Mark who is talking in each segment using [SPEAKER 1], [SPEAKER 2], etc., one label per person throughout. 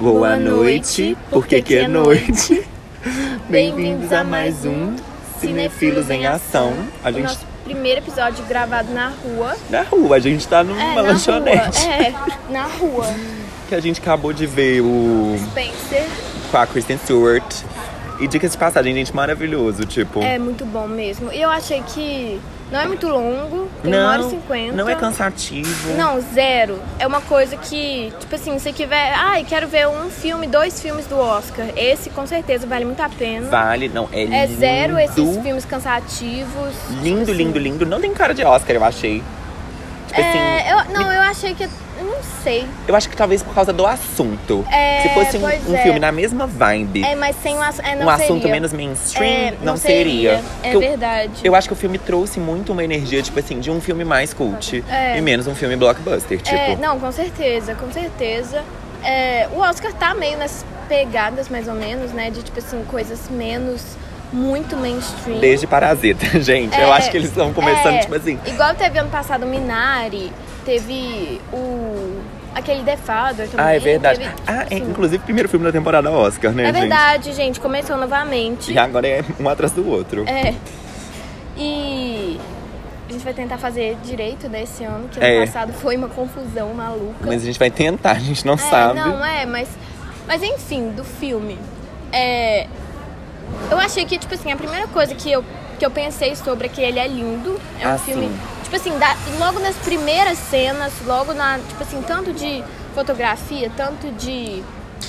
[SPEAKER 1] Boa noite, porque que é noite. Bem-vindos a mais um Cinefilos em Ação. A
[SPEAKER 2] O
[SPEAKER 1] gente
[SPEAKER 2] nosso primeiro episódio gravado na rua.
[SPEAKER 1] na rua, a gente tá numa
[SPEAKER 2] É, na
[SPEAKER 1] lanchonete.
[SPEAKER 2] rua. É, na rua.
[SPEAKER 1] Que a gente acabou de ver o
[SPEAKER 2] Spencer
[SPEAKER 1] com a Kristen Stewart. E dicas de passagem, gente, maravilhoso, tipo.
[SPEAKER 2] é muito bom mesmo. E eu achei que não é muito longo, tem uma hora e cinquenta.
[SPEAKER 1] não é cansativo.
[SPEAKER 2] Não, zero. É uma coisa que, tipo assim, se tiver. Ai, quero ver um filme, dois filmes do Oscar. Esse com certeza vale muito a pena.
[SPEAKER 1] Vale, não, é,
[SPEAKER 2] É zero esses
[SPEAKER 1] lindo,
[SPEAKER 2] filmes cansativos.
[SPEAKER 1] Lindo, lindo, lindo. Não tem cara de Oscar, eu achei. Tipo assim,
[SPEAKER 2] É, eu, não, eu achei que. Eu não sei.
[SPEAKER 1] eu acho que talvez por causa do assunto.
[SPEAKER 2] É,
[SPEAKER 1] Se fosse um,
[SPEAKER 2] pois
[SPEAKER 1] um
[SPEAKER 2] é.
[SPEAKER 1] filme na mesma vibe,
[SPEAKER 2] É, mas sem um, ass- é, não
[SPEAKER 1] um assunto
[SPEAKER 2] seria.
[SPEAKER 1] menos mainstream,
[SPEAKER 2] É,
[SPEAKER 1] não, seria.
[SPEAKER 2] É
[SPEAKER 1] Porque eu-
[SPEAKER 2] verdade.
[SPEAKER 1] Eu acho que o filme trouxe muito uma energia, tipo assim, de um filme mais cult
[SPEAKER 2] É.
[SPEAKER 1] e menos um filme blockbuster. Tipo,
[SPEAKER 2] É, não, com certeza, com certeza. É, o Oscar tá meio nessas pegadas, mais ou menos, né? De tipo assim, coisas menos muito mainstream.
[SPEAKER 1] desde Parasita, gente. eu
[SPEAKER 2] É.
[SPEAKER 1] acho que eles estão começando,
[SPEAKER 2] É,
[SPEAKER 1] tipo assim.
[SPEAKER 2] Igual teve ano passado o Minari, teve o. aquele The Father também.
[SPEAKER 1] Ah, é verdade.
[SPEAKER 2] teve, tipo
[SPEAKER 1] Ah, é,
[SPEAKER 2] assim,
[SPEAKER 1] inclusive, primeiro filme da temporada Oscar, né,
[SPEAKER 2] É
[SPEAKER 1] gente?
[SPEAKER 2] verdade, gente, começou novamente.
[SPEAKER 1] E agora é um atrás do outro.
[SPEAKER 2] É. E a gente vai tentar fazer direito desse ano, que ano
[SPEAKER 1] É.
[SPEAKER 2] passado foi uma confusão maluca.
[SPEAKER 1] Mas a gente vai tentar, a gente não
[SPEAKER 2] É,
[SPEAKER 1] sabe.
[SPEAKER 2] Não, é, mas. Mas enfim, do filme. É, eu achei que, tipo assim, a primeira coisa que eu, que eu pensei sobre é que ele é lindo. É um
[SPEAKER 1] Ah,
[SPEAKER 2] filme.
[SPEAKER 1] sim.
[SPEAKER 2] Tipo assim, da- logo nas primeiras cenas, logo na. Tipo assim, tanto de fotografia, tanto de.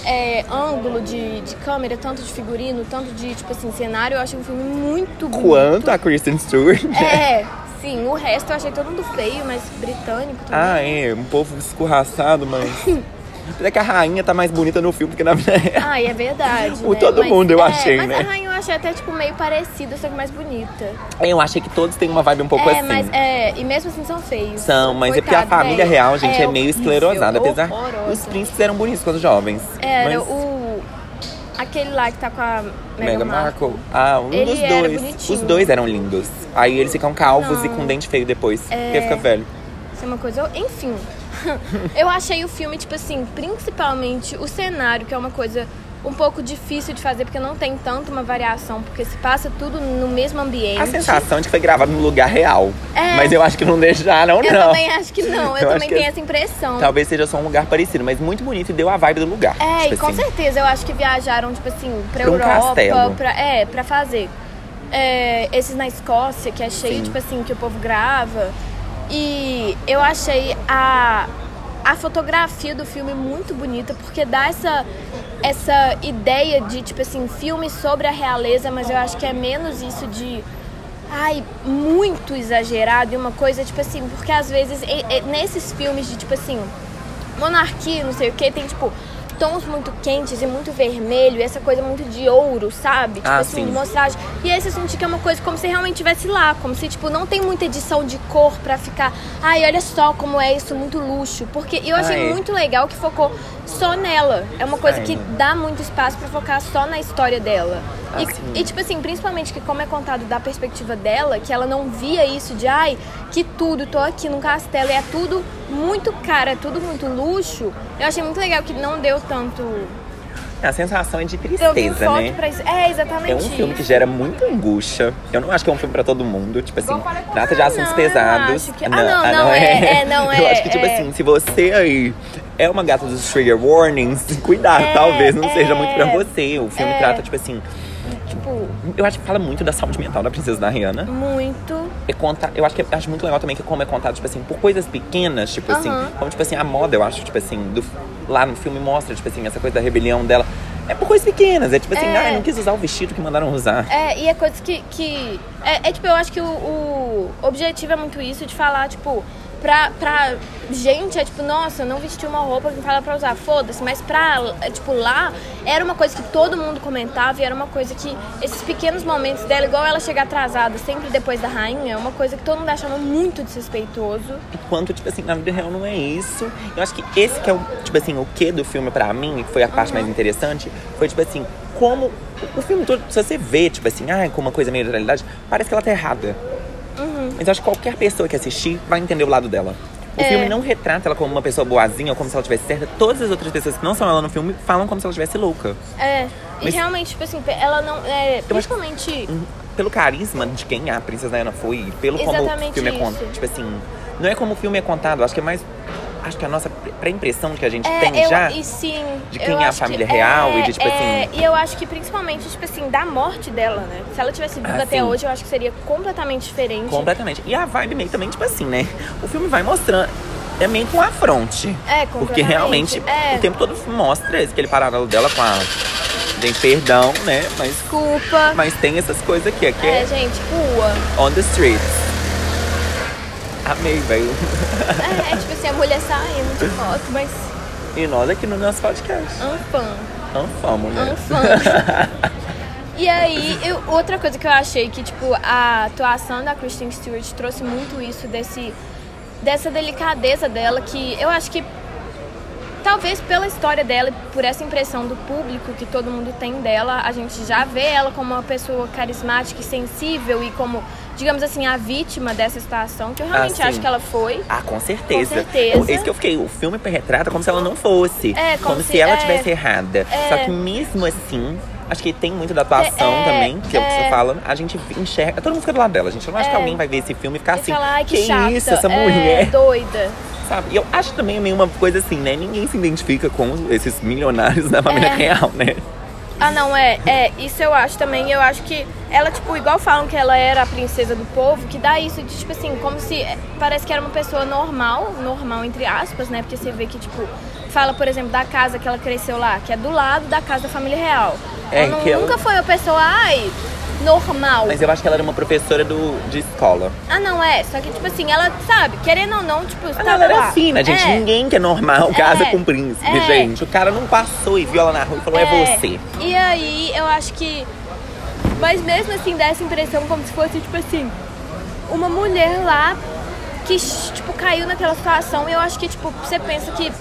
[SPEAKER 2] é, ângulo de, de câmera, tanto de figurino, tanto de, tipo assim, cenário, eu achei um filme muito bonito.
[SPEAKER 1] Quanto a Kristen Stewart.
[SPEAKER 2] É, sim, o resto eu achei todo mundo feio, mas britânico também.
[SPEAKER 1] Ah, é, um povo escorraçado, mas. Apesar que a rainha tá mais bonita no filme do que na vida real.
[SPEAKER 2] Ai, é verdade.
[SPEAKER 1] O
[SPEAKER 2] né?
[SPEAKER 1] todo mundo eu
[SPEAKER 2] é,
[SPEAKER 1] achei,
[SPEAKER 2] mas
[SPEAKER 1] né?
[SPEAKER 2] a rainha eu achei até, tipo, meio parecida, só que mais bonita.
[SPEAKER 1] Eu achei que todos têm uma vibe um pouco
[SPEAKER 2] é,
[SPEAKER 1] assim.
[SPEAKER 2] mas é, e mesmo assim são feios.
[SPEAKER 1] São, mas é porque a
[SPEAKER 2] Coitado, né?
[SPEAKER 1] família
[SPEAKER 2] velho.
[SPEAKER 1] real, gente, é, meio
[SPEAKER 2] horrível,
[SPEAKER 1] esclerosada. Apesar.
[SPEAKER 2] horrorosa.
[SPEAKER 1] Os príncipes eram bonitos quando jovens.
[SPEAKER 2] É, Era
[SPEAKER 1] mas
[SPEAKER 2] o. Aquele lá que tá com a Mega
[SPEAKER 1] Meghan
[SPEAKER 2] Markle.
[SPEAKER 1] Markle. Ah, um
[SPEAKER 2] Ele
[SPEAKER 1] dos
[SPEAKER 2] era
[SPEAKER 1] dois.
[SPEAKER 2] bonitinho. Ah.
[SPEAKER 1] Os dois eram lindos. Aí eles ficam calvos
[SPEAKER 2] Não.
[SPEAKER 1] e com dente feio depois.
[SPEAKER 2] É,
[SPEAKER 1] Porque fica velho.
[SPEAKER 2] Isso é uma coisa. Enfim. eu achei o filme, tipo assim, principalmente o cenário, que é uma coisa um pouco difícil de fazer, porque não tem tanto uma variação, porque se passa tudo no mesmo ambiente.
[SPEAKER 1] A sensação de que foi gravado num lugar real.
[SPEAKER 2] É.
[SPEAKER 1] Mas eu acho que não deixaram,
[SPEAKER 2] Eu
[SPEAKER 1] não.
[SPEAKER 2] também acho que não, eu,
[SPEAKER 1] Eu acho
[SPEAKER 2] também
[SPEAKER 1] que-
[SPEAKER 2] tenho essa impressão.
[SPEAKER 1] Talvez seja só um lugar parecido, mas muito bonito e deu a vibe do lugar.
[SPEAKER 2] É,
[SPEAKER 1] tipo
[SPEAKER 2] e com
[SPEAKER 1] assim.
[SPEAKER 2] certeza eu acho que viajaram, tipo assim, pra,
[SPEAKER 1] Pra um
[SPEAKER 2] Europa,
[SPEAKER 1] castelo.
[SPEAKER 2] pra, é, pra fazer. É, esses na Escócia, que é cheio,
[SPEAKER 1] Sim.
[SPEAKER 2] tipo assim, que o povo grava. E eu achei a, a fotografia do filme muito bonita, porque dá essa, essa ideia de, tipo assim, filme sobre a realeza, mas eu acho que é menos isso de. Ai, muito exagerado e uma coisa, tipo assim, porque às vezes e- e- nesses filmes de, tipo assim, monarquia, não sei o que, tem tipo tons muito quentes e muito vermelho, e essa coisa muito de ouro, sabe? Tipo
[SPEAKER 1] Ah,
[SPEAKER 2] assim,
[SPEAKER 1] sim.
[SPEAKER 2] de mostragem. E aí você sente que é uma coisa como se realmente estivesse lá, como se tipo não tem muita edição de cor pra ficar, ai, olha só como é isso, muito luxo, porque eu achei
[SPEAKER 1] Ah, é.
[SPEAKER 2] muito legal que focou só nela. É uma coisa que
[SPEAKER 1] Ai, né?
[SPEAKER 2] dá muito espaço pra focar só na história dela.
[SPEAKER 1] Ah,
[SPEAKER 2] E-
[SPEAKER 1] sim.
[SPEAKER 2] e tipo assim, principalmente que como é contado da perspectiva dela, que ela não via isso de ai, que tudo, tô aqui num castelo, e é tudo muito caro, é tudo muito luxo. Eu achei muito legal que não deu tanto.
[SPEAKER 1] A sensação é de
[SPEAKER 2] Deu tanto
[SPEAKER 1] tristeza,
[SPEAKER 2] foco
[SPEAKER 1] né?
[SPEAKER 2] pra isso. É, exatamente.
[SPEAKER 1] É um filme que
[SPEAKER 2] isso.
[SPEAKER 1] gera muita angústia. Eu não acho que é um filme pra todo mundo. Tipo assim, trata de
[SPEAKER 2] Ah,
[SPEAKER 1] assuntos
[SPEAKER 2] não, eu
[SPEAKER 1] pesados.
[SPEAKER 2] acho que- ah, não, não, é, é, não,
[SPEAKER 1] Eu
[SPEAKER 2] é,
[SPEAKER 1] acho que, tipo
[SPEAKER 2] é.
[SPEAKER 1] assim, se você aí é uma gata dos trigger warnings, cuidado,
[SPEAKER 2] É,
[SPEAKER 1] talvez não
[SPEAKER 2] é.
[SPEAKER 1] seja muito pra você. O filme
[SPEAKER 2] É.
[SPEAKER 1] trata, tipo assim.
[SPEAKER 2] Tipo,
[SPEAKER 1] Eu acho que fala muito da saúde mental da princesa Diana.
[SPEAKER 2] muito.
[SPEAKER 1] E conta, eu acho que eu acho muito legal também que como é contado, tipo assim, por coisas pequenas, tipo assim,
[SPEAKER 2] Aham.
[SPEAKER 1] como tipo assim, a moda, eu acho, tipo assim, do- lá no filme mostra, tipo assim, essa coisa da rebelião dela. É por coisas pequenas, é tipo assim,
[SPEAKER 2] É.
[SPEAKER 1] ah, não quis usar o vestido que mandaram usar.
[SPEAKER 2] É, e é coisa que. que é, é, tipo, eu acho que o, o objetivo é muito isso, de falar, tipo, pra, pra gente é tipo, nossa, eu não vesti uma roupa que fala pra usar, foda-se, mas pra, é, tipo, lá era uma coisa que todo mundo comentava e era uma coisa que esses pequenos momentos dela, igual ela chegar atrasada sempre depois da rainha, é uma coisa que todo mundo achava muito desrespeitoso.
[SPEAKER 1] Enquanto, tipo assim, na vida real não é isso. Eu acho que esse que é o, tipo assim, o que do filme pra mim, que foi a parte mais interessante, foi tipo assim, como o filme todo, se você vê, tipo assim, ai, com uma coisa meio de Então, realidade, parece que ela tá errada. Mas eu acho que qualquer pessoa que assistir vai entender o lado dela. O filme não retrata ela como uma pessoa boazinha ou como se ela tivesse certa. Todas as outras pessoas que não são ela no filme falam como se ela estivesse louca.
[SPEAKER 2] É. E
[SPEAKER 1] Mas-
[SPEAKER 2] realmente, tipo assim, ela não. É,
[SPEAKER 1] Eu acho-
[SPEAKER 2] principalmente.
[SPEAKER 1] um, Pelo carisma de quem a Princesa Diana foi, e pelo como o
[SPEAKER 2] Exatamente
[SPEAKER 1] filme é
[SPEAKER 2] isso.
[SPEAKER 1] contado. Tipo assim, não é como o filme é contado, acho que é mais. Acho que a nossa pré- pré-impressão que a gente tem
[SPEAKER 2] É, eu,
[SPEAKER 1] já.
[SPEAKER 2] E sim,
[SPEAKER 1] de
[SPEAKER 2] eu
[SPEAKER 1] quem é a
[SPEAKER 2] acho
[SPEAKER 1] família
[SPEAKER 2] que-
[SPEAKER 1] real e
[SPEAKER 2] é,
[SPEAKER 1] de, tipo
[SPEAKER 2] é,
[SPEAKER 1] assim-
[SPEAKER 2] E eu acho que principalmente, tipo assim, da morte dela, né? Se ela tivesse viva
[SPEAKER 1] Ah,
[SPEAKER 2] até
[SPEAKER 1] sim.
[SPEAKER 2] hoje, eu acho que seria completamente diferente.
[SPEAKER 1] Completamente. E a vibe meio também, tipo assim, né? O filme vai mostrando. É meio que um afronte.
[SPEAKER 2] É,
[SPEAKER 1] Porque
[SPEAKER 2] completamente.
[SPEAKER 1] realmente
[SPEAKER 2] É.
[SPEAKER 1] o tempo todo mostra esse, aquele paralelo dela com a. Gente, perdão, né? Mas,
[SPEAKER 2] Desculpa.
[SPEAKER 1] mas tem essas coisas aqui, aqui
[SPEAKER 2] É,
[SPEAKER 1] é
[SPEAKER 2] gente, rua.
[SPEAKER 1] on the streets. Amei, velho.
[SPEAKER 2] É, é, tipo assim, a mulher saindo de foto, mas
[SPEAKER 1] E nós aqui no nosso podcast.
[SPEAKER 2] anfã.
[SPEAKER 1] Anfamos, né?
[SPEAKER 2] Anfã. um E aí, eu- outra coisa que eu achei que, tipo, a atuação da Kristen Stewart trouxe muito isso desse dessa delicadeza dela que eu acho que talvez pela história dela, e por essa impressão do público que todo mundo tem dela, a gente já vê ela como uma pessoa carismática e sensível e como, digamos assim, a vítima dessa situação, que eu realmente
[SPEAKER 1] sim.
[SPEAKER 2] acho que ela foi.
[SPEAKER 1] Ah, com certeza.
[SPEAKER 2] Com certeza.
[SPEAKER 1] É isso que eu fiquei. O filme retrata como se ela não fosse.
[SPEAKER 2] É, como
[SPEAKER 1] se,
[SPEAKER 2] se-
[SPEAKER 1] ela
[SPEAKER 2] é.
[SPEAKER 1] tivesse errada.
[SPEAKER 2] É.
[SPEAKER 1] Só que mesmo assim, acho que tem muito da atuação
[SPEAKER 2] É,
[SPEAKER 1] também, que é o que
[SPEAKER 2] é.
[SPEAKER 1] você fala. A gente enxerga. Todo mundo fica do lado dela, gente. Eu não acho
[SPEAKER 2] É.
[SPEAKER 1] que alguém vai ver esse filme e ficar
[SPEAKER 2] E
[SPEAKER 1] assim.
[SPEAKER 2] falar, ai, que,
[SPEAKER 1] que
[SPEAKER 2] chata,
[SPEAKER 1] isso, essa
[SPEAKER 2] é,
[SPEAKER 1] mulher.
[SPEAKER 2] doida.
[SPEAKER 1] Sabe? E eu acho também meio uma coisa assim, né? Ninguém se identifica com esses milionários da família
[SPEAKER 2] É.
[SPEAKER 1] real, né?
[SPEAKER 2] Ah, não, é, é, isso eu acho também. Eu acho que ela, tipo, igual falam que ela era a princesa do povo, que dá isso de, tipo assim, como se. é, Parece que era uma pessoa normal, normal entre aspas, né? Porque você vê que, tipo, fala, por exemplo, da casa que ela cresceu lá, que é do lado da casa da família real.
[SPEAKER 1] É,
[SPEAKER 2] ela não-
[SPEAKER 1] que ela-
[SPEAKER 2] nunca foi uma pessoa, ai, normal.
[SPEAKER 1] Mas eu acho que ela era uma professora do, de escola.
[SPEAKER 2] Ah, não, é. Só que, tipo assim, ela, sabe, querendo ou não, tipo,
[SPEAKER 1] Ah,
[SPEAKER 2] estava
[SPEAKER 1] não, ela
[SPEAKER 2] lá.
[SPEAKER 1] era fina, gente.
[SPEAKER 2] É.
[SPEAKER 1] Ninguém que é normal casa
[SPEAKER 2] É.
[SPEAKER 1] com príncipe,
[SPEAKER 2] É.
[SPEAKER 1] gente. O cara não passou e viu ela na rua e falou, é, você.
[SPEAKER 2] E aí eu acho que. Mas mesmo assim dá essa impressão como se fosse, tipo assim, uma mulher lá que, tipo, caiu naquela situação. E eu acho que, tipo, você pensa que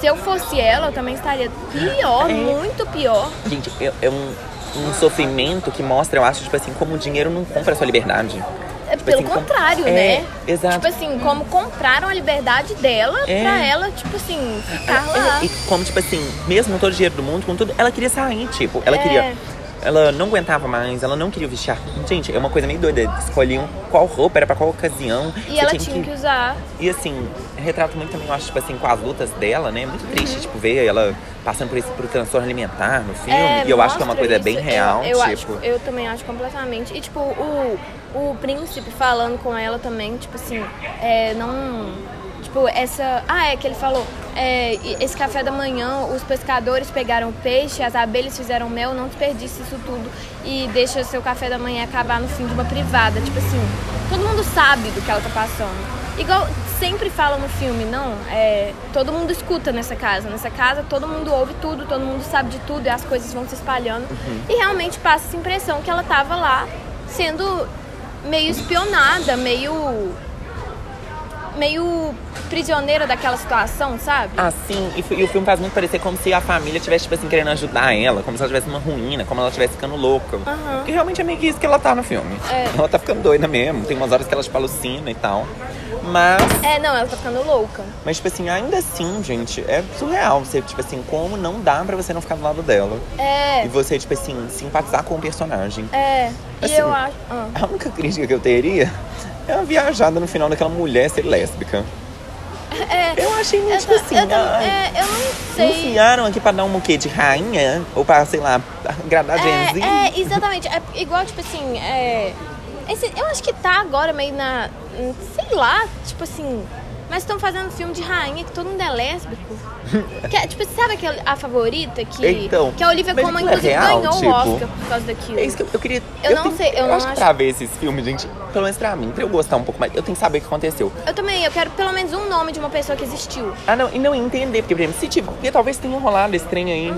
[SPEAKER 2] se eu fosse ela, eu também estaria pior,
[SPEAKER 1] É.
[SPEAKER 2] muito pior.
[SPEAKER 1] Gente, é, é um, um sofrimento que mostra, eu acho, tipo assim, como o dinheiro não compra a sua liberdade.
[SPEAKER 2] É
[SPEAKER 1] Tipo
[SPEAKER 2] pelo
[SPEAKER 1] assim, como-
[SPEAKER 2] contrário,
[SPEAKER 1] É,
[SPEAKER 2] né?
[SPEAKER 1] exato.
[SPEAKER 2] Tipo assim, como compraram a liberdade dela
[SPEAKER 1] É.
[SPEAKER 2] pra ela, tipo assim, ficar lá.
[SPEAKER 1] É, e como, tipo assim, mesmo todo o dinheiro do mundo, com tudo, ela queria sair, tipo, ela
[SPEAKER 2] É.
[SPEAKER 1] queria. Ela não aguentava mais, ela não queria vestir. Gente, é uma coisa meio doida. Escolhiam qual roupa era pra qual ocasião.
[SPEAKER 2] E
[SPEAKER 1] Você
[SPEAKER 2] ela tinha que usar.
[SPEAKER 1] E assim, retrato muito também, eu acho, tipo assim, com as lutas dela, né? Muito triste,
[SPEAKER 2] Uhum.
[SPEAKER 1] tipo, ver ela passando por esse por transtorno alimentar no filme.
[SPEAKER 2] É,
[SPEAKER 1] e eu acho que é uma
[SPEAKER 2] mostra
[SPEAKER 1] coisa
[SPEAKER 2] isso.
[SPEAKER 1] bem
[SPEAKER 2] Eu-
[SPEAKER 1] real,
[SPEAKER 2] eu,
[SPEAKER 1] tipo.
[SPEAKER 2] Acho, eu também acho completamente. E tipo, o, o príncipe falando com ela também, tipo assim, é, não. Tipo, essa. Ah, é que ele falou. é, e- esse café da manhã, os pescadores pegaram peixe, as abelhas fizeram mel, não desperdice isso tudo e deixa seu café da manhã acabar no fim de uma privada. Tipo assim, todo mundo sabe do que ela tá passando. Igual sempre falam no filme, não? É, todo mundo escuta nessa casa. Nessa casa todo mundo ouve tudo, todo mundo sabe de tudo e as coisas vão se espalhando.
[SPEAKER 1] Uhum.
[SPEAKER 2] E realmente passa essa impressão que ela tava lá sendo meio espionada, meio. meio prisioneira daquela situação, sabe?
[SPEAKER 1] Assim, e, fi- e o filme faz muito parecer como se a família tivesse, tipo assim, querendo ajudar ela, como se ela tivesse uma ruína, como ela estivesse ficando louca.
[SPEAKER 2] Aham.
[SPEAKER 1] Porque realmente é meio que isso que ela tá no filme.
[SPEAKER 2] É.
[SPEAKER 1] Ela tá ficando doida mesmo, tem umas horas que ela, tipo, alucina e tal. Mas,
[SPEAKER 2] É, não, ela tá ficando louca.
[SPEAKER 1] mas, tipo assim, ainda assim, gente, é surreal você, tipo assim, como não dá pra você não ficar do lado dela. E
[SPEAKER 2] É,
[SPEAKER 1] você, tipo assim, simpatizar com o personagem.
[SPEAKER 2] é. E
[SPEAKER 1] Assim,
[SPEAKER 2] eu acho. ah.
[SPEAKER 1] A única crítica que eu teria é uma viajada no final daquela mulher ser lésbica.
[SPEAKER 2] É,
[SPEAKER 1] Eu achei meio
[SPEAKER 2] eu,
[SPEAKER 1] tipo
[SPEAKER 2] ta-
[SPEAKER 1] assim.
[SPEAKER 2] eu, tam-
[SPEAKER 1] ai,
[SPEAKER 2] é, eu não sei.
[SPEAKER 1] Enfiaram aqui pra dar um quê de rainha? Ou pra, sei lá, agradar a Gen Z?
[SPEAKER 2] É, é, exatamente. É igual, tipo assim, é, esse- eu acho que tá agora meio na. Sei lá, tipo assim. Mas estão fazendo filme de rainha que todo mundo é lésbico. Que é, tipo, sabe aquela a favorita que,
[SPEAKER 1] Então,
[SPEAKER 2] que a Olivia
[SPEAKER 1] mas
[SPEAKER 2] Colman,
[SPEAKER 1] aquilo é
[SPEAKER 2] inclusive,
[SPEAKER 1] real,
[SPEAKER 2] ganhou
[SPEAKER 1] tipo?
[SPEAKER 2] o Oscar por causa daquilo.
[SPEAKER 1] É isso que eu, eu queria.
[SPEAKER 2] Eu não
[SPEAKER 1] tenho-
[SPEAKER 2] sei, eu não
[SPEAKER 1] acho que
[SPEAKER 2] acho-
[SPEAKER 1] pra ver esses filmes, gente, pelo menos pra mim, pra eu gostar um pouco mais, eu tenho que saber o que aconteceu.
[SPEAKER 2] Eu também, eu quero pelo menos um nome de uma pessoa que existiu.
[SPEAKER 1] Ah, não, e não entender, porque, por exemplo, se tiver, porque talvez tenha rolado esse trem aí.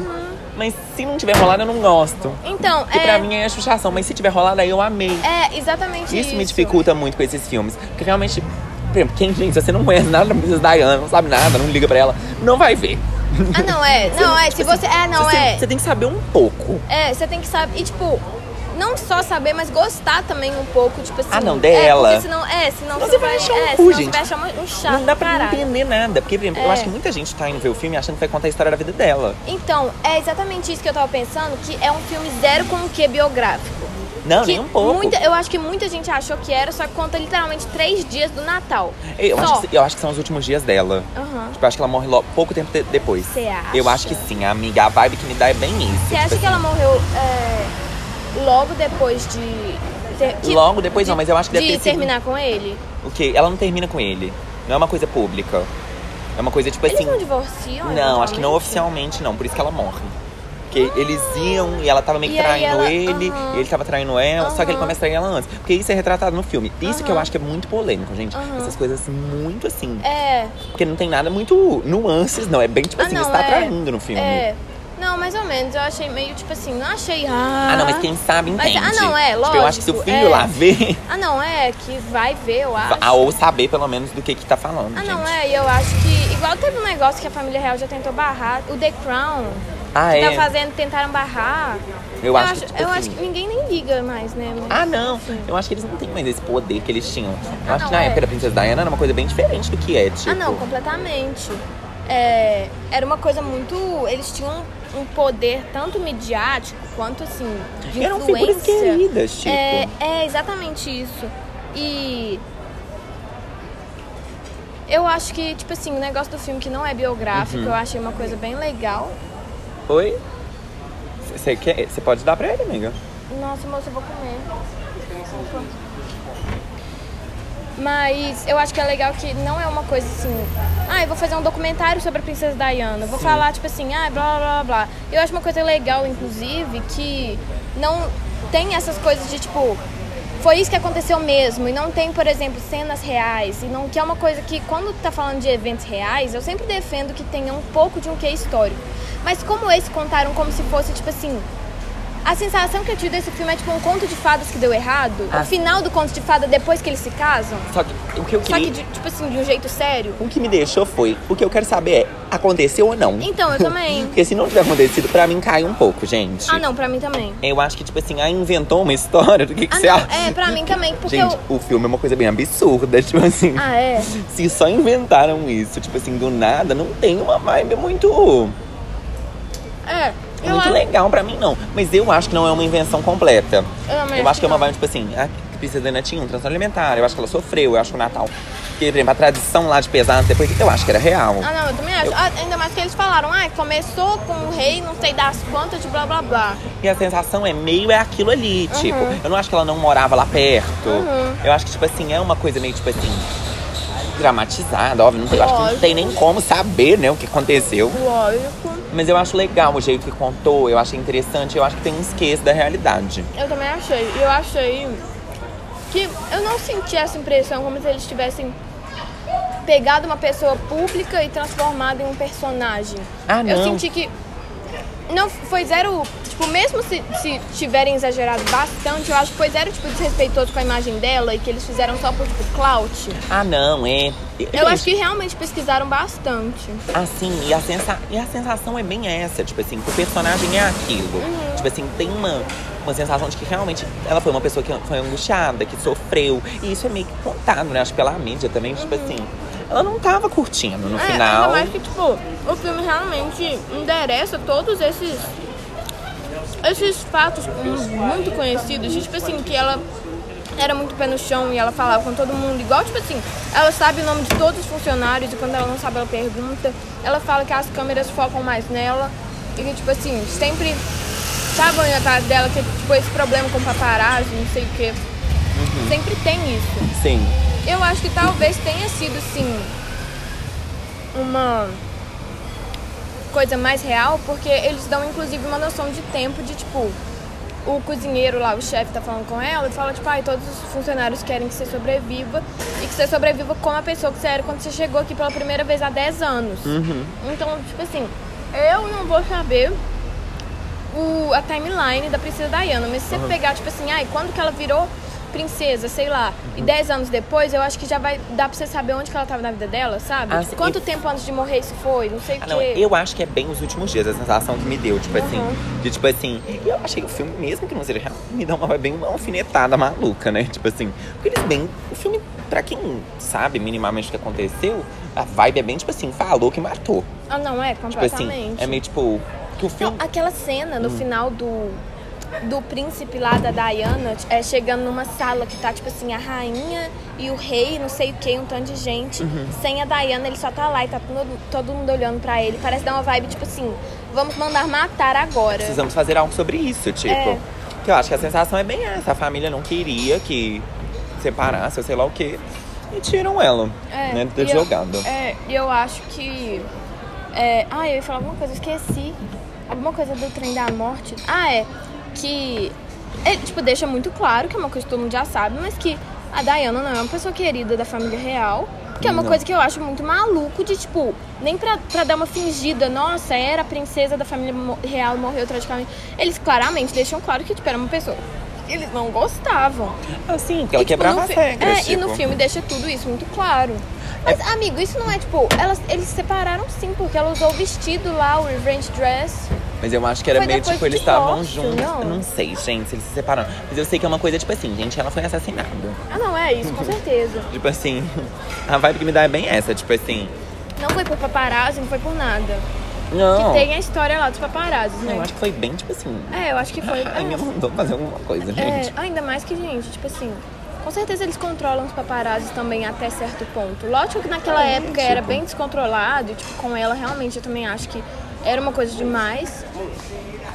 [SPEAKER 1] Mas se não tiver rolado, eu não gosto.
[SPEAKER 2] Então,
[SPEAKER 1] Porque
[SPEAKER 2] Uhum. é.
[SPEAKER 1] pra mim é chuchação, mas se tiver rolado, aí eu amei.
[SPEAKER 2] É, exatamente isso.
[SPEAKER 1] Isso, me dificulta muito com esses filmes. Porque realmente, por exemplo, quem, gente, se você não conhece nada da Princesa Diana, não sabe nada, não liga pra ela, não vai ver.
[SPEAKER 2] Ah, não, é. Não, é. Se você. É, não,
[SPEAKER 1] você,
[SPEAKER 2] é.
[SPEAKER 1] Você tem que saber um pouco.
[SPEAKER 2] É, você tem que saber. E tipo, não só saber, mas gostar também um pouco, tipo assim.
[SPEAKER 1] Ah, não,
[SPEAKER 2] É,
[SPEAKER 1] dela.
[SPEAKER 2] porque senão, é, senão
[SPEAKER 1] Senão
[SPEAKER 2] você
[SPEAKER 1] você vai achar um
[SPEAKER 2] é,
[SPEAKER 1] cu,
[SPEAKER 2] senão
[SPEAKER 1] gente.
[SPEAKER 2] Você vai achar um, um chato
[SPEAKER 1] Não dá pra
[SPEAKER 2] caralho.
[SPEAKER 1] entender nada. Porque, por exemplo, eu
[SPEAKER 2] É.
[SPEAKER 1] acho que muita gente tá indo ver o filme achando que vai contar a história da vida dela.
[SPEAKER 2] Então, é exatamente isso que eu tava pensando, que é um filme zero com o quê biográfico.
[SPEAKER 1] Não,
[SPEAKER 2] que
[SPEAKER 1] nem um pouco.
[SPEAKER 2] muita- eu acho que muita gente achou que era, só que conta literalmente três dias do Natal.
[SPEAKER 1] Eu,
[SPEAKER 2] Só.
[SPEAKER 1] acho que, eu acho que são os últimos dias dela.
[SPEAKER 2] Aham.
[SPEAKER 1] Tipo, eu acho que ela morre logo, pouco tempo de- depois.
[SPEAKER 2] Você acha?
[SPEAKER 1] Eu acho que sim, amiga. A vibe que me dá é bem isso.
[SPEAKER 2] Você acha que ela morreu é, logo depois de. ter- que-
[SPEAKER 1] Logo depois
[SPEAKER 2] de-
[SPEAKER 1] não, mas eu acho que deve
[SPEAKER 2] de
[SPEAKER 1] ter sido-
[SPEAKER 2] terminar com ele?
[SPEAKER 1] assim, O quê? Ela não termina com ele. Não é uma coisa pública. É uma coisa, tipo
[SPEAKER 2] Eles
[SPEAKER 1] assim.
[SPEAKER 2] não divorciam?
[SPEAKER 1] Não, acho que não
[SPEAKER 2] eventualmente?
[SPEAKER 1] oficialmente, não. Por isso que ela morre. Porque eles iam e ela tava meio que
[SPEAKER 2] E aí
[SPEAKER 1] traindo
[SPEAKER 2] ela-
[SPEAKER 1] ele,
[SPEAKER 2] aham.
[SPEAKER 1] e ele tava traindo ela, só que ele
[SPEAKER 2] Aham.
[SPEAKER 1] começa a trair ela antes. Porque isso é retratado no filme. Isso que eu
[SPEAKER 2] Aham.
[SPEAKER 1] acho que é muito polêmico, gente.
[SPEAKER 2] Aham.
[SPEAKER 1] Essas coisas muito assim.
[SPEAKER 2] É,
[SPEAKER 1] Porque não tem nada muito nuances, não. É bem tipo
[SPEAKER 2] Ah,
[SPEAKER 1] assim,
[SPEAKER 2] não,
[SPEAKER 1] você tá
[SPEAKER 2] é-
[SPEAKER 1] traindo no filme.
[SPEAKER 2] é. Não, mais ou menos. Eu achei meio tipo assim, não achei. Ah,
[SPEAKER 1] Ah, não, mas quem sabe
[SPEAKER 2] Mas-
[SPEAKER 1] entende.
[SPEAKER 2] ah, não, é,
[SPEAKER 1] Tipo, eu acho que se o
[SPEAKER 2] lógico,
[SPEAKER 1] filho
[SPEAKER 2] é.
[SPEAKER 1] lá ver,
[SPEAKER 2] Ah, não, é, que vai ver, eu acho.
[SPEAKER 1] ah, ou saber pelo menos do que que tá falando,
[SPEAKER 2] Ah,
[SPEAKER 1] gente.
[SPEAKER 2] não, é, e eu acho que. Igual teve um negócio que a família real já tentou barrar, o The Crown.
[SPEAKER 1] Ah,
[SPEAKER 2] que
[SPEAKER 1] é.
[SPEAKER 2] tá fazendo, tentaram barrar.
[SPEAKER 1] Eu acho que, tipo
[SPEAKER 2] eu
[SPEAKER 1] assim-
[SPEAKER 2] acho que ninguém nem liga mais, né? mas-
[SPEAKER 1] Ah, não. Eu acho que eles não têm mais esse poder que eles tinham. Eu
[SPEAKER 2] Ah,
[SPEAKER 1] acho
[SPEAKER 2] não,
[SPEAKER 1] que na
[SPEAKER 2] é.
[SPEAKER 1] época da Princesa Diana era uma coisa bem diferente do que é, tipo.
[SPEAKER 2] Ah, não, completamente. É, era uma coisa muito. Eles tinham um poder tanto midiático quanto assim. De
[SPEAKER 1] Eram
[SPEAKER 2] influência.
[SPEAKER 1] figuras queridas, tipo.
[SPEAKER 2] É, é exatamente isso. E eu acho que, tipo assim, o negócio do filme que não é biográfico, eu achei uma coisa bem legal.
[SPEAKER 1] Oi? Você quer? Você pode dar pra ele, amiga?
[SPEAKER 2] Nossa, moça, eu vou comer. Mas eu acho que é legal que não é uma coisa assim. Ah, eu vou fazer um documentário sobre a princesa Diana. eu Vou falar, tipo assim, ah, blá blá blá blá. Eu acho uma coisa legal, inclusive, que não tem essas coisas de tipo. Foi isso que aconteceu mesmo. E não tem, por exemplo, cenas reais. E não que é uma coisa que, quando tá falando de eventos reais, eu sempre defendo que tenha um pouco de um quê histórico. Mas como esse contaram como se fosse, tipo assim, a sensação que eu tive desse filme é tipo um conto de fadas que deu errado.
[SPEAKER 1] Ah.
[SPEAKER 2] O final do conto de fada depois que eles se casam.
[SPEAKER 1] Só que o que eu
[SPEAKER 2] Só
[SPEAKER 1] queria.
[SPEAKER 2] que, de- tipo assim, de um jeito sério.
[SPEAKER 1] O que me deixou foi, o que eu quero saber é, aconteceu ou não?
[SPEAKER 2] Então, eu também.
[SPEAKER 1] Porque se não tiver acontecido, pra mim cai um pouco, gente.
[SPEAKER 2] Ah, não, pra mim também.
[SPEAKER 1] Eu acho que, tipo assim, ah, inventou uma história do que, que
[SPEAKER 2] Ah,
[SPEAKER 1] você
[SPEAKER 2] não,
[SPEAKER 1] acha?
[SPEAKER 2] é, pra mim também, porque
[SPEAKER 1] Gente,
[SPEAKER 2] eu.
[SPEAKER 1] o filme é uma coisa bem absurda, tipo assim.
[SPEAKER 2] Ah, é?
[SPEAKER 1] Se só inventaram isso, tipo assim, do nada, não tem uma vibe muito,
[SPEAKER 2] É. Eu
[SPEAKER 1] muito
[SPEAKER 2] acho.
[SPEAKER 1] legal pra mim, não. Mas eu acho que não é uma invenção completa.
[SPEAKER 2] Eu também
[SPEAKER 1] Eu acho que é uma
[SPEAKER 2] não.
[SPEAKER 1] vibe, tipo assim, a Princesa Diana tinha um transtorno alimentar, eu acho que ela sofreu, eu acho que o Natal. Porque, por exemplo, a tradição lá de pesado depois, eu acho que era real.
[SPEAKER 2] Ah, não, eu também acho. Ah, ainda mais que eles falaram, ah, começou com o rei, não sei das quantas, de blá blá blá.
[SPEAKER 1] E a sensação é meio é aquilo ali, tipo. Eu não acho que ela não morava lá perto.
[SPEAKER 2] Uhum.
[SPEAKER 1] Eu acho que, tipo assim, é uma coisa meio, tipo assim, dramatizada, óbvio. Não, eu acho que não
[SPEAKER 2] Lógico.
[SPEAKER 1] tem nem como saber, né, o que aconteceu.
[SPEAKER 2] Lógico.
[SPEAKER 1] Mas eu acho legal o jeito que contou, eu achei interessante, eu acho que tem um esqueço da realidade.
[SPEAKER 2] Eu também achei. Eu achei que eu não senti essa impressão como se eles tivessem pegado uma pessoa pública e transformado em um personagem.
[SPEAKER 1] Ah,
[SPEAKER 2] Eu
[SPEAKER 1] não.
[SPEAKER 2] senti que não foi zero, tipo, mesmo se, se tiverem exagerado bastante, eu acho que foi zero tipo desrespeitoso com a imagem dela e que eles fizeram só por tipo clout.
[SPEAKER 1] Ah, não, é.
[SPEAKER 2] Eu acho que realmente pesquisaram bastante.
[SPEAKER 1] Assim, e a, sensa... e a sensação é bem essa, tipo assim, que o personagem é aquilo. Tipo assim, tem uma, uma sensação de que realmente ela foi uma pessoa que foi angustiada, que sofreu. E isso é meio que contado, né? Acho que pela mídia também, tipo assim. Ela não tava curtindo no
[SPEAKER 2] É,
[SPEAKER 1] final.
[SPEAKER 2] ainda mais que, tipo, o filme realmente endereça todos esses esses fatos muito conhecidos, de, tipo assim, que ela era muito pé no chão e ela falava com todo mundo igual, tipo assim, ela sabe o nome de todos os funcionários e quando ela não sabe ela pergunta, ela fala que as câmeras focam mais nela e que tipo assim, sempre estavam atrás dela que tipo esse problema com paparazzi, não sei o que
[SPEAKER 1] Uhum.
[SPEAKER 2] Sempre tem isso.
[SPEAKER 1] Sim.
[SPEAKER 2] Eu acho que talvez tenha sido, sim, uma coisa mais real, porque eles dão, inclusive, uma noção de tempo de, tipo, o cozinheiro lá, o chefe tá falando com ela e fala, tipo, ai, todos os funcionários querem que você sobreviva e que você sobreviva como a pessoa que você era quando você chegou aqui pela primeira vez há 10 anos.
[SPEAKER 1] Uhum.
[SPEAKER 2] Então, tipo assim, eu não vou saber
[SPEAKER 1] Uhum.
[SPEAKER 2] o, a timeline da Princesa Diana, mas se você pegar, tipo assim, ai, quando que ela virou princesa, sei lá,
[SPEAKER 1] Uhum.
[SPEAKER 2] e 10 anos depois, eu acho que já vai dar pra você saber onde que ela tava na vida dela, sabe?
[SPEAKER 1] Ah,
[SPEAKER 2] Tipo,
[SPEAKER 1] sim,
[SPEAKER 2] quanto
[SPEAKER 1] e-
[SPEAKER 2] tempo antes de morrer isso foi, não sei o
[SPEAKER 1] Ah,
[SPEAKER 2] quê.
[SPEAKER 1] não, eu acho que é bem os últimos dias, a sensação que me deu, tipo assim,
[SPEAKER 2] Uhum.
[SPEAKER 1] de tipo assim, e eu achei que o filme, mesmo que não seja real, me dá uma vai bem uma alfinetada maluca, né? Tipo assim, porque eles bem, o filme, pra quem sabe minimamente o que aconteceu, a vibe é bem tipo assim, falou que matou.
[SPEAKER 2] Ah, não, é,
[SPEAKER 1] Tipo assim,
[SPEAKER 2] completamente.
[SPEAKER 1] é meio tipo, que Hum. o
[SPEAKER 2] Não,
[SPEAKER 1] filme,
[SPEAKER 2] aquela cena no final do do príncipe lá da Diana é chegando numa sala que tá tipo assim a rainha e o rei, não sei o que, um tanto de gente.
[SPEAKER 1] Uhum.
[SPEAKER 2] Sem a Diana, ele só tá lá e tá todo, todo mundo olhando pra ele. Parece dar uma vibe tipo assim, vamos mandar matar agora.
[SPEAKER 1] precisamos fazer algo sobre isso, tipo.
[SPEAKER 2] É.
[SPEAKER 1] Que eu acho que a sensação é bem essa, a família não queria que separasse, ou sei lá o quê, e tiram ela,
[SPEAKER 2] É,
[SPEAKER 1] né,
[SPEAKER 2] e eu-
[SPEAKER 1] jogada.
[SPEAKER 2] É, e eu acho que é, ah, eu ia falar alguma coisa, eu esqueci. Alguma coisa do trem da morte. Ah, é. Que. Ele, tipo, deixa muito claro que é uma coisa que todo mundo já sabe, mas que a Diana não é uma pessoa querida da família real. Que é uma
[SPEAKER 1] Não.
[SPEAKER 2] coisa que eu acho muito maluco de, tipo, nem pra, pra dar uma fingida, nossa, era a princesa da família mo- real, morreu tragicamente. Eles claramente deixam claro que, tipo, era uma pessoa. que Eles não gostavam.
[SPEAKER 1] Assim, que ela
[SPEAKER 2] E, tipo,
[SPEAKER 1] quebrava
[SPEAKER 2] no
[SPEAKER 1] as
[SPEAKER 2] fi-
[SPEAKER 1] regras,
[SPEAKER 2] É, e no
[SPEAKER 1] tipo.
[SPEAKER 2] filme deixa tudo isso muito claro. Mas, amigo, isso não é tipo. Elas, eles se separaram sim, porque ela usou o vestido lá, o revenge dress.
[SPEAKER 1] Mas eu acho que era
[SPEAKER 2] Foi
[SPEAKER 1] meio
[SPEAKER 2] depois
[SPEAKER 1] tipo, eles
[SPEAKER 2] do
[SPEAKER 1] estavam
[SPEAKER 2] divórcio,
[SPEAKER 1] juntos.
[SPEAKER 2] não?
[SPEAKER 1] Eu não sei, gente, se eles se separaram. Mas eu sei que é uma coisa, tipo assim, gente, ela foi assassinada.
[SPEAKER 2] Ah, não, é isso, com certeza.
[SPEAKER 1] Tipo assim, a vibe que me dá é bem essa, tipo assim.
[SPEAKER 2] Não foi por paparazzi, não foi por nada.
[SPEAKER 1] Não.
[SPEAKER 2] Que tem a história lá dos paparazzi,
[SPEAKER 1] Não,
[SPEAKER 2] né?
[SPEAKER 1] eu acho que foi bem, tipo assim.
[SPEAKER 2] É, eu acho que foi.
[SPEAKER 1] Ai, me mandou fazer alguma coisa,
[SPEAKER 2] é, é,
[SPEAKER 1] gente.
[SPEAKER 2] ainda mais que, gente, tipo assim. Com certeza eles controlam os paparazzi também até certo ponto. Lógico que naquela
[SPEAKER 1] É,
[SPEAKER 2] época era
[SPEAKER 1] tipo-
[SPEAKER 2] bem descontrolado, e, tipo, com ela realmente eu também acho que era uma coisa demais.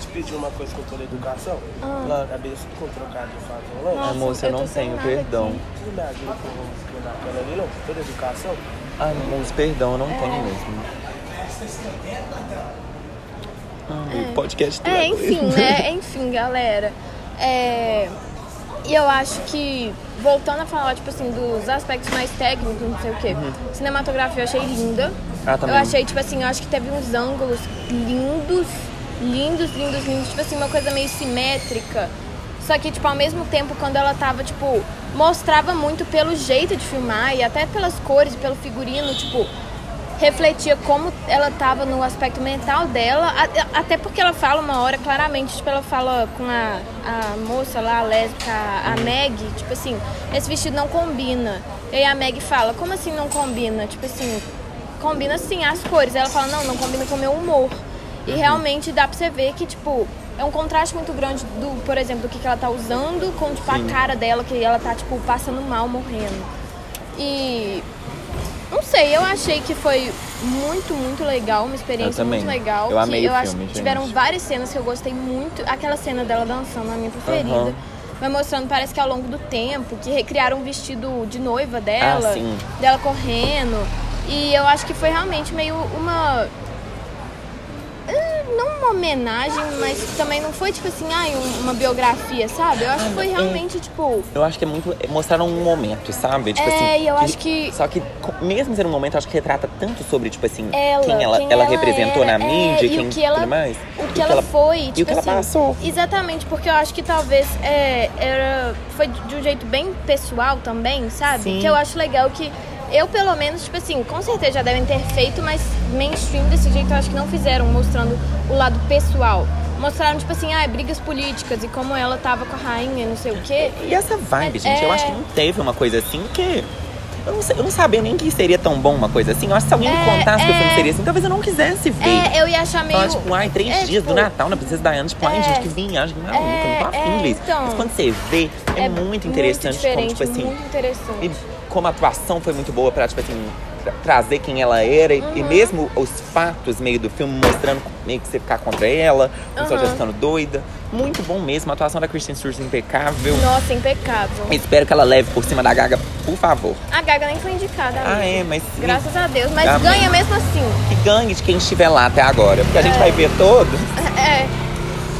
[SPEAKER 3] Te pedir uma coisa que eu tô na educação.
[SPEAKER 1] Ah.
[SPEAKER 3] Na cabeça com trocado de fato um lanche.
[SPEAKER 1] Ai, moça, eu,
[SPEAKER 2] eu tô
[SPEAKER 1] não
[SPEAKER 2] sem
[SPEAKER 1] tenho
[SPEAKER 2] nada
[SPEAKER 1] perdão.
[SPEAKER 2] aqui.
[SPEAKER 3] Você não me ajuda com o músico naquela ali, não? Toda educação.
[SPEAKER 1] Ai, moça, perdão, eu não tenho mesmo. Ai, podcast
[SPEAKER 2] É,
[SPEAKER 1] dela.
[SPEAKER 2] enfim, né? Enfim, galera. É... E eu acho que, voltando a falar, tipo assim, dos aspectos mais técnicos, não sei o quê. Cinematografia eu achei linda.
[SPEAKER 1] Uhum. Ah, também.
[SPEAKER 2] Eu achei, tipo assim, eu acho que teve uns ângulos lindos, lindos, lindos, lindos. Tipo assim, uma coisa meio simétrica. Só que, tipo, ao mesmo tempo, quando ela tava, tipo, mostrava muito pelo jeito de filmar e até pelas cores, pelo figurino, tipo, refletia como ela tava no aspecto mental dela, a- a- até porque ela fala uma hora claramente, tipo, ela fala com a, a moça lá, a lésbica, a, a Meg, tipo assim, esse vestido não combina. E aí a Meg fala, como assim não combina? Tipo assim, combina sim as cores. Aí Ela fala, não, não combina com o meu humor. E
[SPEAKER 1] Uhum.
[SPEAKER 2] realmente dá pra você ver que, tipo, é um contraste muito grande do, por exemplo, do que, que ela tá usando com, tipo, a cara dela, que ela tá, tipo, passando mal, morrendo. E não sei, eu achei que foi muito, muito legal, uma experiência
[SPEAKER 1] Eu também.
[SPEAKER 2] muito legal.
[SPEAKER 1] Eu
[SPEAKER 2] que
[SPEAKER 1] amei o
[SPEAKER 2] eu acho
[SPEAKER 1] filme,
[SPEAKER 2] que
[SPEAKER 1] gente.
[SPEAKER 2] tiveram várias cenas que eu gostei muito. Aquela cena dela dançando, a minha preferida.
[SPEAKER 1] Aham.
[SPEAKER 2] Mas mostrando, parece que ao longo do tempo, que recriaram um vestido de noiva dela,
[SPEAKER 1] Ah, sim.
[SPEAKER 2] dela correndo. E eu acho que foi realmente meio uma. eh, Não uma homenagem, mas também não foi tipo assim, ai, um- uma biografia, sabe? Eu acho que foi
[SPEAKER 1] é.
[SPEAKER 2] realmente tipo.
[SPEAKER 1] Eu acho que é muito. Mostraram um momento, sabe? Tipo
[SPEAKER 2] É,
[SPEAKER 1] assim.
[SPEAKER 2] e eu acho que-
[SPEAKER 1] Só que, co- mesmo sendo um momento, eu acho que retrata tanto sobre, tipo assim,
[SPEAKER 2] ela,
[SPEAKER 1] quem ela,
[SPEAKER 2] quem
[SPEAKER 1] ela representou
[SPEAKER 2] era,
[SPEAKER 1] na
[SPEAKER 2] é,
[SPEAKER 1] mídia,
[SPEAKER 2] e
[SPEAKER 1] quem
[SPEAKER 2] o que ela,
[SPEAKER 1] tudo mais.
[SPEAKER 2] O que ela, foi, tipo
[SPEAKER 1] e o que ela
[SPEAKER 2] assim,
[SPEAKER 1] passou.
[SPEAKER 2] Exatamente, porque eu acho que talvez é, era, foi de um jeito bem pessoal também, sabe?
[SPEAKER 1] Sim.
[SPEAKER 2] Que eu acho legal que eu, pelo menos, tipo assim, com certeza já devem ter feito, mas mainstream desse jeito eu acho que não fizeram, mostrando o lado pessoal. Mostraram, tipo assim, ah, brigas políticas e como ela tava com a rainha e não sei o quê.
[SPEAKER 1] E essa vibe, gente, eu
[SPEAKER 2] É.
[SPEAKER 1] acho que não teve uma coisa assim que. Eu não, sei- eu não sabia nem que seria tão bom uma coisa assim. Eu acho que se alguém me
[SPEAKER 2] É,
[SPEAKER 1] contasse que o filme
[SPEAKER 2] é.
[SPEAKER 1] seria assim, talvez eu não quisesse ver.
[SPEAKER 2] É, eu ia achar meio.
[SPEAKER 1] Falar, tipo, ai, três
[SPEAKER 2] é,
[SPEAKER 1] dias
[SPEAKER 2] tipo,
[SPEAKER 1] do Natal na Princesa Diana, tipo, ai,
[SPEAKER 2] é.
[SPEAKER 1] gente, que viagem maluca,
[SPEAKER 2] É,
[SPEAKER 1] não tô afim
[SPEAKER 2] é,
[SPEAKER 1] disso.
[SPEAKER 2] então.
[SPEAKER 1] Mas quando você vê, é,
[SPEAKER 2] é
[SPEAKER 1] muito interessante como,
[SPEAKER 2] diferente,
[SPEAKER 1] tipo assim,
[SPEAKER 2] Muito interessante.
[SPEAKER 1] E como a atuação foi muito boa pra, tipo assim, tra- trazer quem ela era. e-
[SPEAKER 2] Uhum.
[SPEAKER 1] E mesmo os fatos meio do filme mostrando meio que você ficar contra ela, o pessoal já
[SPEAKER 2] Uhum.
[SPEAKER 1] ficando doida. Muito bom mesmo. A atuação da Kristen Stewart é impecável.
[SPEAKER 2] Nossa, impecável.
[SPEAKER 1] Espero que ela leve por cima da Gaga, por favor.
[SPEAKER 2] A Gaga nem foi indicada.
[SPEAKER 1] Ah,
[SPEAKER 2] amigo.
[SPEAKER 1] é, mas
[SPEAKER 2] Graças a Deus, mas
[SPEAKER 1] Amém.
[SPEAKER 2] ganha mesmo assim.
[SPEAKER 1] que ganhe de quem estiver lá até agora. Porque a gente
[SPEAKER 2] É.
[SPEAKER 1] vai ver todos.
[SPEAKER 2] É.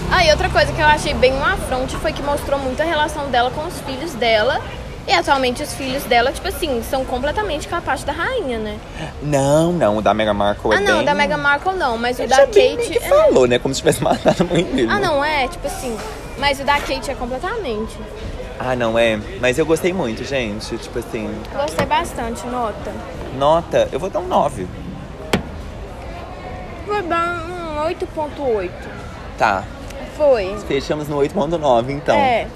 [SPEAKER 2] Ah, e outra coisa que eu achei bem um afronte foi que mostrou muito a relação dela com os filhos dela. E atualmente os filhos dela, tipo assim, são completamente capazes da rainha, né?
[SPEAKER 1] Não, não, o da Meghan Markle é
[SPEAKER 2] ah, não,
[SPEAKER 1] bem...
[SPEAKER 2] da Meghan Markle não, mas o
[SPEAKER 1] Ele
[SPEAKER 2] da
[SPEAKER 1] já bem meio
[SPEAKER 2] Kate. é
[SPEAKER 1] que falou, um né? Como se tivesse matado a mãe dele.
[SPEAKER 2] Ah, não, é, tipo assim. Mas o da Kate é completamente.
[SPEAKER 1] Ah, não, é. Mas eu gostei muito, gente. Tipo assim,
[SPEAKER 2] Gostei bastante, nota.
[SPEAKER 1] nota, eu vou dar um 9.
[SPEAKER 2] Vou dar um 8.8.
[SPEAKER 1] Tá.
[SPEAKER 2] Foi.
[SPEAKER 1] Fechamos no 8.9, então.
[SPEAKER 2] É.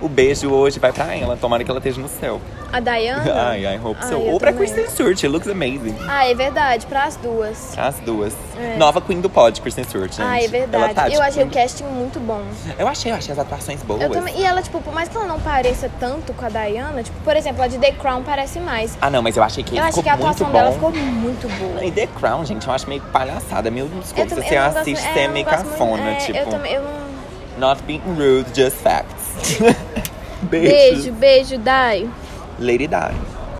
[SPEAKER 1] O beijo hoje vai pra ela. Tomara que ela esteja no céu.
[SPEAKER 2] A Dayana?
[SPEAKER 1] Ai, ai, hope
[SPEAKER 2] Ah, Ai,
[SPEAKER 1] so.
[SPEAKER 2] eu
[SPEAKER 1] Ou pra
[SPEAKER 2] também.
[SPEAKER 1] Kristen Stewart. She looks amazing.
[SPEAKER 2] Ah, é verdade, pras duas.
[SPEAKER 1] As duas.
[SPEAKER 2] É.
[SPEAKER 1] Nova Queen do Pod, Kristen Stewart, gente.
[SPEAKER 2] Ah, é
[SPEAKER 1] Ela
[SPEAKER 2] verdade.
[SPEAKER 1] tá,
[SPEAKER 2] eu
[SPEAKER 1] tipo,
[SPEAKER 2] achei o casting muito bom.
[SPEAKER 1] Eu achei, eu achei as atuações boas.
[SPEAKER 2] Eu também, e ela, tipo, por mais que ela não pareça tanto com a Diana, tipo, por exemplo, a de The Crown parece mais.
[SPEAKER 1] Ah, não, mas eu achei que
[SPEAKER 2] eu acho
[SPEAKER 1] ficou
[SPEAKER 2] que a atuação
[SPEAKER 1] muito
[SPEAKER 2] dela
[SPEAKER 1] bom.
[SPEAKER 2] ficou muito boa.
[SPEAKER 1] E The Crown, gente, eu acho meio palhaçada. Meio desculpa se
[SPEAKER 2] também-
[SPEAKER 1] você
[SPEAKER 2] não gosto-
[SPEAKER 1] assiste,
[SPEAKER 2] é,
[SPEAKER 1] você é
[SPEAKER 2] eu
[SPEAKER 1] meio
[SPEAKER 2] não gosto muito-
[SPEAKER 1] cafona.
[SPEAKER 2] é,
[SPEAKER 1] tipo,
[SPEAKER 2] Eu também, eu não...
[SPEAKER 1] not being rude, just facts.
[SPEAKER 2] Beijo, beijo, Dai.
[SPEAKER 1] Lady Di.